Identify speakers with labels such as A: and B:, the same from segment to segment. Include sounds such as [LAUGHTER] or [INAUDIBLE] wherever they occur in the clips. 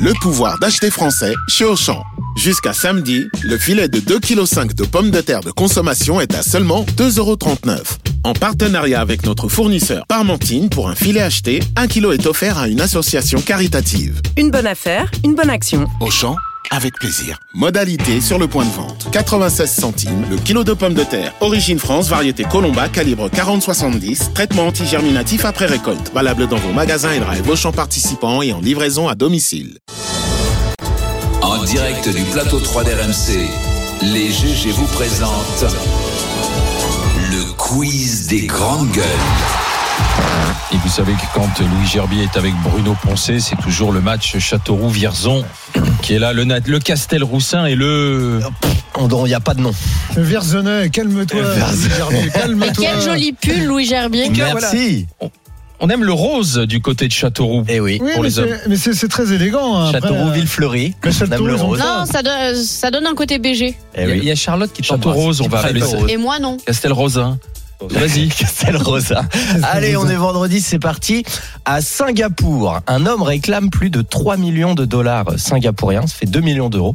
A: le pouvoir d'acheter français chez Auchan. Jusqu'à samedi, le filet de 2,5 kg de pommes de terre de consommation est à seulement 2,39 euros. En partenariat avec notre fournisseur Parmentine, pour un filet acheté, 1 kg est offert à une association caritative.
B: Une bonne affaire, une bonne action.
A: Auchan, avec plaisir. Modalité sur le point de vente. 96 centimes le kilo de pommes de terre. Origine France, variété Colomba, calibre 40-70. Traitement antigerminatif après récolte. Valable dans vos magasins et drive Auchan participants et en livraison à domicile.
C: En direct du plateau 3 d'RMC, les GG vous présentent le quiz des grandes gueules.
D: Et vous savez que quand Louis Gerbier est avec Bruno Poncé, c'est toujours le match Châteauroux-Vierzon qui est là, le, Nat- le Castel-Roussin et le...
E: Il n'y a pas de nom.
F: Verzenet, calme-toi.
E: Verzenet.
F: Gerbier,
G: Et
F: Calme-toi.
G: quel joli pull, Louis Gerbier.
E: Merci.
D: On aime le rose du côté de Châteauroux.
E: Eh oui.
F: Oui,
D: pour
F: mais
D: les hommes.
F: c'est- mais c'est c'est très élégant. hein. Après,
E: Châteauroux,
F: euh,
E: Villefleury.
F: mais Châteauroux,
E: Madame le
F: ils ont
E: Rose.
G: Non, ça, donne- ça donne un côté BG.
E: Eh
D: Il y a- il
E: oui.
D: y a Charlotte qui
E: Château
D: t'embrasse.
E: Rose,
D: on va
E: Château
D: appeler ça.
E: Rose.
G: Et moi, non.
D: Castel-Rosin. Vas-y.
E: [LAUGHS] Castel Rosa. Allez, on est vendredi, c'est parti. À Singapour, un homme réclame plus de 3 millions de dollars singapouriens, ça fait 2 millions d'euros.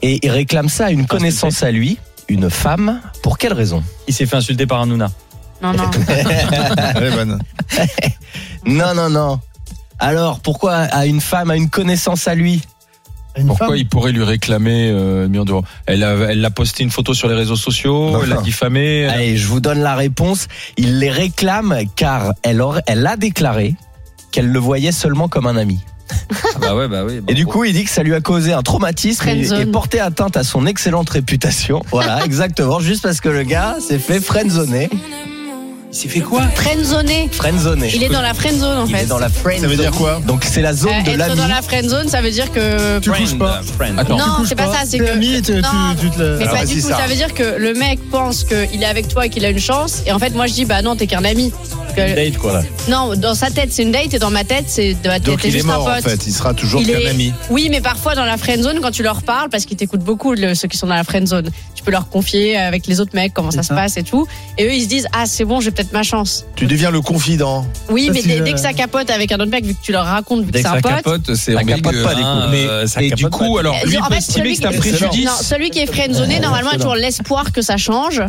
E: Et il réclame ça à une connaissance à lui, une femme. Pour quelle raison
H: Il s'est fait insulter par un Nouna.
G: Non, non.
F: Elle est bonne.
E: Non, non, non. Alors, pourquoi à une femme, à une connaissance à lui
F: Une
D: Pourquoi
F: femme.
D: il pourrait lui réclamer euh, un million d'euros Elle a, elle l'a posté une photo sur les réseaux sociaux,
E: Non.
D: elle l'a diffamé. elle a-
E: Allez, je vous donne la réponse. Il les réclame car elle, aurait- elle a déclaré qu'elle le voyait seulement comme un ami.
H: Bah ouais, bah oui.
E: Et du coup, il dit que ça lui a causé un traumatisme et,
G: Friendzone.
E: et porté atteinte à son excellente réputation.
G: [LAUGHS]
E: Voilà, exactement. Juste parce que le gars s'est fait friendzoner.
D: Il s'est fait quoi
G: Friendzoné.
E: Friendzoner.
G: Il est dans la friendzone, en
E: Il est
G: fait.
E: dans la friendzone.
F: Ça veut dire quoi
E: Donc c'est la zone
G: Euh,
E: de
G: être
E: l'ami.
G: dans la friendzone, ça veut dire que.
F: Tu couches pas.
D: Attends,
G: Non,
F: couches
G: c'est pas
F: pas.
G: ça, c'est
F: T'es
G: que.
F: ami, t'es-
G: Non,
F: tu- tu te la-
G: Mais
F: Alors,
G: pas du
F: vas-y,
G: tout,
F: Sarah.
G: ça veut dire que le mec pense qu'il est avec toi et qu'il a une chance. Et en fait, moi, je dis, bah non, t'es qu'un ami. Que-
H: date quoi là.
G: Non, dans sa tête, c'est une date et dans ma tête, c'est bah, t'es t'es juste un pote.
F: Il sera toujours
G: Il est- Oui, mais parfois dans la friendzone, quand tu leur parles, parce qu'ils t'écoutent beaucoup, le- ceux qui sont dans la friendzone, tu peux leur confier avec les autres mecs comment ça, se passe et tout. Et eux, ils se disent Ah, c'est bon, j'ai peut-être ma chance.
F: Tu deviens le confident.
G: Oui,
F: Ça,
G: mais
F: c'est
G: dès,
F: le-
G: dès que ça capote avec un autre mec, vu que tu leur racontes, vu que
D: dès
G: c'est
D: que
G: un
D: ça
G: pote.
D: capote, c'est
E: Ça
D: embelli
E: capote
D: de-
E: pas, les coups.
D: hein,
H: Mais-
D: euh,
H: ça
D: et
H: capote
D: du
H: pas.
D: coup, alors lui
G: Euh, en
D: peut
G: fait,
D: estimer que c'est un
G: qui-
D: préjudice.
G: Non, celui qui est friendzoné, normalement, a toujours l'espoir que ça change.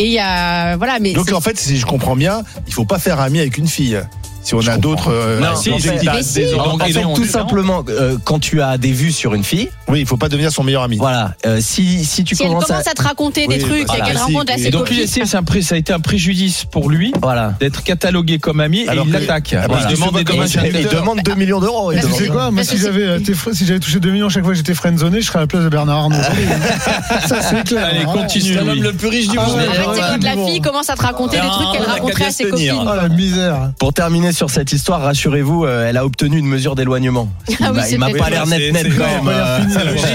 G: Et il y a. Voilà, mais.
F: Donc
G: c'est-
F: en fait, si je comprends bien, il faut pas faire ami avec une fille. euh, Si on a d'autres. euh,
D: Non,
F: euh,
D: si,
F: en fait,
D: si,
G: Mais si.
D: des
E: En fait,
D: organes
E: tout
D: différents.
E: simplement, euh, quand tu as des vues sur une fille,
F: Oui, il faut pas devenir son meilleur ami.
E: voilà, euh, si, si tu
G: si elle
E: commences
G: commence à,
E: à...
G: te raconter
F: Oui,
G: des trucs
F: voilà,
G: et qu'elle
F: si.
G: raconte à
F: Et
G: ses
D: Et donc lui
G: copines,
D: estime que c'est un pré- ça a été un préjudice pour lui
E: Voilà.
D: d'être catalogué comme ami et
F: Alors
D: il
F: que-
D: l'attaque.
F: Ah bah,
D: Voilà.
F: je
D: Il
F: dis
D: demande
F: souvent
D: des
F: comme
D: dommages
F: un
D: intérêts.
E: Il demande 2 millions d'euros. il
G: Bah,
F: Tu
E: demande.
F: sais quoi Moi,
G: Parce
F: si
G: que
F: j'avais euh, été fr- si j'avais touché 2 millions chaque fois que j'étais friendzoné, je serais à la place de Bernard Arnault. ça, Ah, c'est clair.
D: Allez,
F: Vraiment.
D: continue. Louis. Ah,
H: plus riche
F: du monde.
G: En fait,
F: Ouais,
G: c'est
F: Ah,
G: quand la
F: mais bon.
G: fille commence à te raconter des
H: Non,
G: trucs qu'elle
H: on a qu'à
G: raconterait à
H: bien
G: ses
H: se tenir.
G: copines.
F: Oh la misère.
E: Euh, Pour terminer sur cette histoire, rassurez-vous, euh, elle a obtenu une mesure d'éloignement.
G: Ah
E: Il
G: oui,
E: m'a-
G: c'est
E: il m'a
G: vrai.
E: pas l'air net net
H: C'est-
E: quand
H: c'est-
E: même. euh,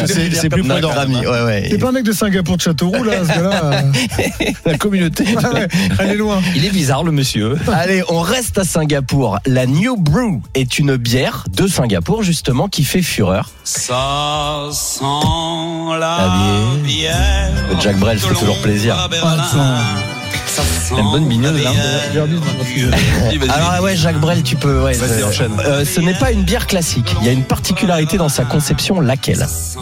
F: C'est- c'est- C'est plus
E: notre
F: prudent.
E: ami, ouais,
F: [LAUGHS]
E: ouais.
F: T'es pas un mec de Singapour de Châteauroux, là, ce gars-là euh. [LAUGHS] La communauté. Ouais, ouais, elle est loin.
E: Il est bizarre le monsieur. Allez, on reste à Singapour. La New Brew est une bière de Singapour justement qui fait fureur.
C: Ça sent
E: La
C: bière.
E: Le Ah, Jack Brel fait toujours plaisir.
H: Ah,
C: Ça sent
H: une bonne mignonne, là.
E: [LAUGHS] Alors Ah ouais, Jacques Brel, tu peux. Ouais, euh, euh, ce n'est pas une bière classique. Il y a une particularité dans sa conception, laquelle
H: Ah,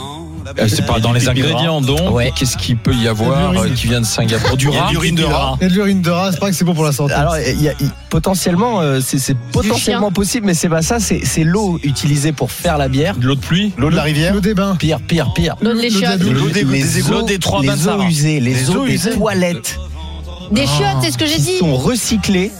D: Euh, C'est pas dans les
H: Pipi gras.
D: ingrédients donc.
E: Ouais.
D: Qu'est-ce qu'il peut y avoir
F: L'urine.
D: euh, qui vient de Singapour Du rat
F: L'urine de rat. Et de l'urine de rat, c'est pas que c'est bon pour la santé.
E: Alors, il y a- il- potentiellement, euh, c'est c'est potentiellement possible, mais c'est pas ça. C'est c'est l'eau utilisée pour faire la bière.
D: De l'eau de pluie
F: L'eau de la rivière
E: L'eau
F: des bains.
E: Pire, pire, pire.
G: L'eau de les
F: L'eau de la
G: chiottes.
F: douche. L'eau des-
E: les
H: des
E: eaux,
H: eaux des trois bains de
E: les eaux
H: Sarah.
E: usées, les,
F: Les
E: eaux,
F: eaux
E: des
F: usées.
E: toilettes
G: Des chiottes, c'est ce que j'ai
E: qui
G: dit.
E: sont recyclées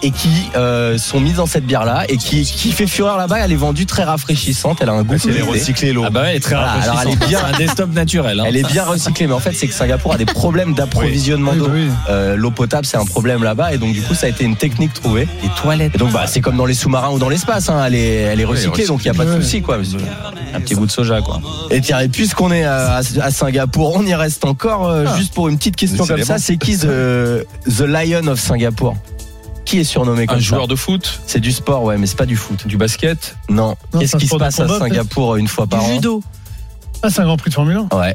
E: et qui euh, sont mises dans cette bière là et qui, qui fait fureur là-bas. Elle est vendue très rafraîchissante. Elle a un goût.
F: C'est les
E: fruité.
F: recycler l'eau.
H: Ah bah ouais, elle est très
E: Voilà, alors elle est
H: rafraîchissante.
E: bien-
H: C'est un desktop naturel. hein.
E: Elle est bien recyclée, mais en fait, c'est que Singapour a des problèmes d'approvisionnement
F: Oui,
E: d'eau.
F: bah oui.
E: Euh, L'eau potable, c'est un problème là-bas, et donc du coup, ça a été une technique trouvée. Les toilettes. Et donc, bah, c'est comme dans les sous-marins ou dans l'espace, hein. elle, est, elle est recyclée,
D: recyclée.
E: donc il n'y a pas de
F: Ouais.
E: souci, quoi.
H: Un petit goût de soja quoi.
E: Et tiens, et puisqu'on est à, à Singapour, on y reste encore, euh,
F: Ah.
E: juste pour une petite question comme
F: Décidément.
E: ça, c'est qui the, the Lion of Singapour Qui est surnommé comme
D: Un
E: ça
D: joueur de foot
E: C'est du sport, ouais, mais c'est pas du foot.
D: Du basket
E: Non.
F: Non,
E: Qu'est-ce
F: c'est un
E: qui se
F: sport de
E: passe à
F: combat, peut-être
E: Singapour une fois par an
F: Ah, c'est un grand prix de Formule 1.
E: Ouais.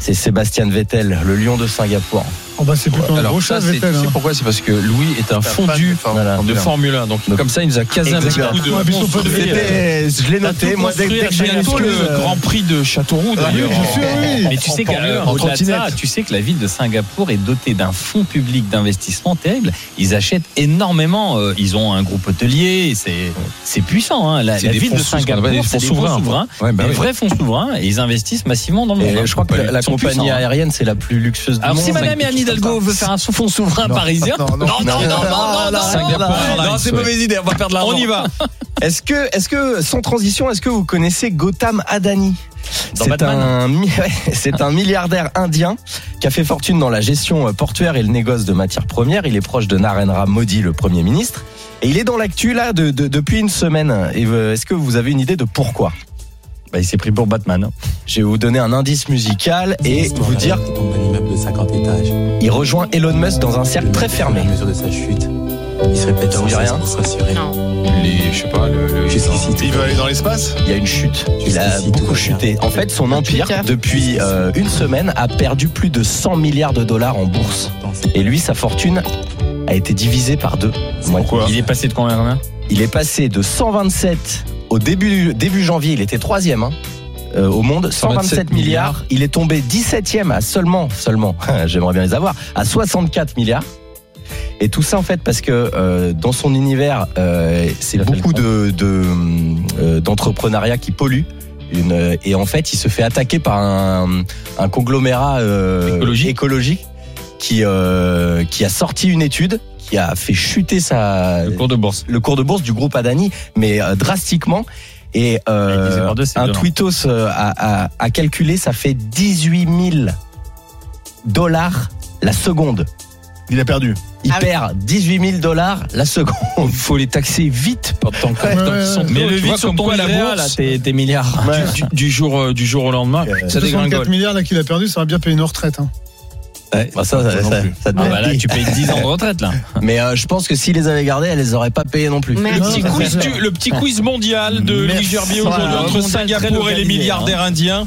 E: C'est Sébastien Vettel, le lion de Singapour.
F: Oh bah c'est plutôt un
D: Alors
F: gros
D: ça,
F: chat,
D: c'est
F: Vettel.
D: tu sais
F: hein.
D: pourquoi C'est parce que Louis est un fondu
E: Formule un.
D: de Formule 1. Donc
E: Donc,
D: comme ça, il nous a casé un petit
E: exactement.
D: coup de.
F: Ouais, mais ils sont pas
D: construit,
F: devenus-
D: euh,
E: C'était- Je l'ai noté,
D: tout
E: moi, dès,
D: construit,
E: dès que j'ai
D: bientôt
E: l'excuse,
D: le
E: euh,
D: Grand Prix de Châteauroux d'ailleurs.
F: oui, bien sûr, oui.
H: Mais tu sais
D: qu'à
H: qu'au-delà de ça, tu sais que la ville de Singapour est dotée d'un fonds public d'investissement terrible. Ils achètent énormément. euh, Ils ont un groupe hôtelier. C'est c'est puissant. hein. La,
D: C'est
H: la
D: des
H: ville
D: fonds
H: de
D: sous- ce qu'on appelle
H: Singapour,
D: des
H: c'est
D: fonds
H: des fonds
D: souverains.
H: souverains,
D: Ouais, bah
H: des
D: oui.
H: vrais fonds souverains, et ils investissent massivement dans le monde.
E: Et je crois que la, la
H: Ils sont
E: compagnie
H: puissants, hein.
E: aérienne, c'est la plus luxueuse du
H: Alors
E: monde.
H: si Madame
E: Quelque
H: Anne
E: chose comme
H: Hidalgo
E: ça.
H: veut faire un fonds souverain parisien,
F: non, non,
H: non, non, non, non, non, non,
E: Singapour
H: non, non,
D: Airlines,
H: c'est
D: ouais.
H: mauvaise idée, on va perdre l'argent.
D: On y va.
E: [LAUGHS] Est-ce que, est-ce que, sans transition, est-ce que vous connaissez Gotham Adani
H: Dans
E: C'est
H: Batman.
E: un, mi- [LAUGHS] ouais, c'est un milliardaire indien qui a fait fortune dans la gestion euh, portuaire et le négoce de matières premières. Il est proche de Narendra Modi, le premier ministre. Et il est dans l'actu là de- de- depuis une semaine. Et, euh, Est-ce que vous avez une idée de pourquoi
H: Bah, il s'est pris pour Batman.
E: hein. Je vais vous donner un indice musical et vous dire
I: tombe d'un immeuble de 50 étages.
E: il rejoint Elon Musk dans un cercle très fermé.
I: À mesure de sa chute, il se répète
E: Ça
I: sans
E: vous dit
I: cesse
E: rien
I: pour s'assurer.
D: Les, je sais pas, le. le-
I: Jusqu'ici, tout va bien.
E: Il y a une chute. Il a
I: Jusqu'ici, tout
E: beaucoup
I: va
E: chuté. En fait, son empire,
G: Twitter.
E: depuis euh, une semaine, a perdu plus de 100 milliards de dollars en bourse. Et lui, sa fortune a été divisée par deux. Pourquoi
H: Il est passé de combien à combien
E: Il est passé de 127 au début, début janvier, il était troisième hein, euh, au monde, 127
D: 127
E: milliards. Il est tombé 17e à seulement, seulement, [LAUGHS] j'aimerais bien les avoir, à 64 milliards. Et tout ça en fait parce que euh, dans son univers, euh, c'est
H: Il a fait
E: beaucoup de
H: le
E: de, hum, euh, d'entrepreneuriat qui pollue. Une, euh, et en fait, il se fait attaquer par un, un conglomérat euh,
D: Écologique.
E: écologique qui euh, qui a sorti une étude qui a fait chuter sa
D: Le cours de bourse.
E: le cours de bourse du groupe Adani, mais euh, drastiquement. Et euh,
H: Et divisé par deux, c'est
E: un
H: deux, hein.
E: tweetos euh, a, a- a calculé, ça fait 18 000 dollars la seconde.
J: Il a perdu.
E: Il
G: Ah oui.
E: perd 18 000 dollars la seconde.
D: Il faut les taxer vite pendant que-
F: Ouais,
D: tant
F: ouais,
D: qu'ils sont
F: ouais.
D: tôt.
H: Mais le
D: Tu vois,
H: vide sur
D: comme
H: ton
D: quoi la
H: livret, là,
D: bourse,
H: tes tes milliards.
D: du, du jour, euh, du jour au lendemain,
E: Euh,
D: ça
F: 64
D: dégringole.
F: milliards là qu'il a perdu, ça va bien payer une retraite. hein.
E: Bah ça, ça,
H: non
E: ça-
H: plus.
E: ça te
H: Ah bah là,
E: dit.
H: tu payes 10 ans de retraite, là.
E: Mais euh, je pense que s'ils les avaient gardés, elle les aurait pas payés non plus.
G: Mais-
D: Le petit,
F: Non,
D: quiz
F: non,
D: du-
F: non.
D: le petit quiz mondial de
E: Merci.
D: Louis Gerbier aujourd'hui
E: Voilà,
D: entre
H: mondial très
D: Singapour et les
H: organisé,
D: milliardaires indiens.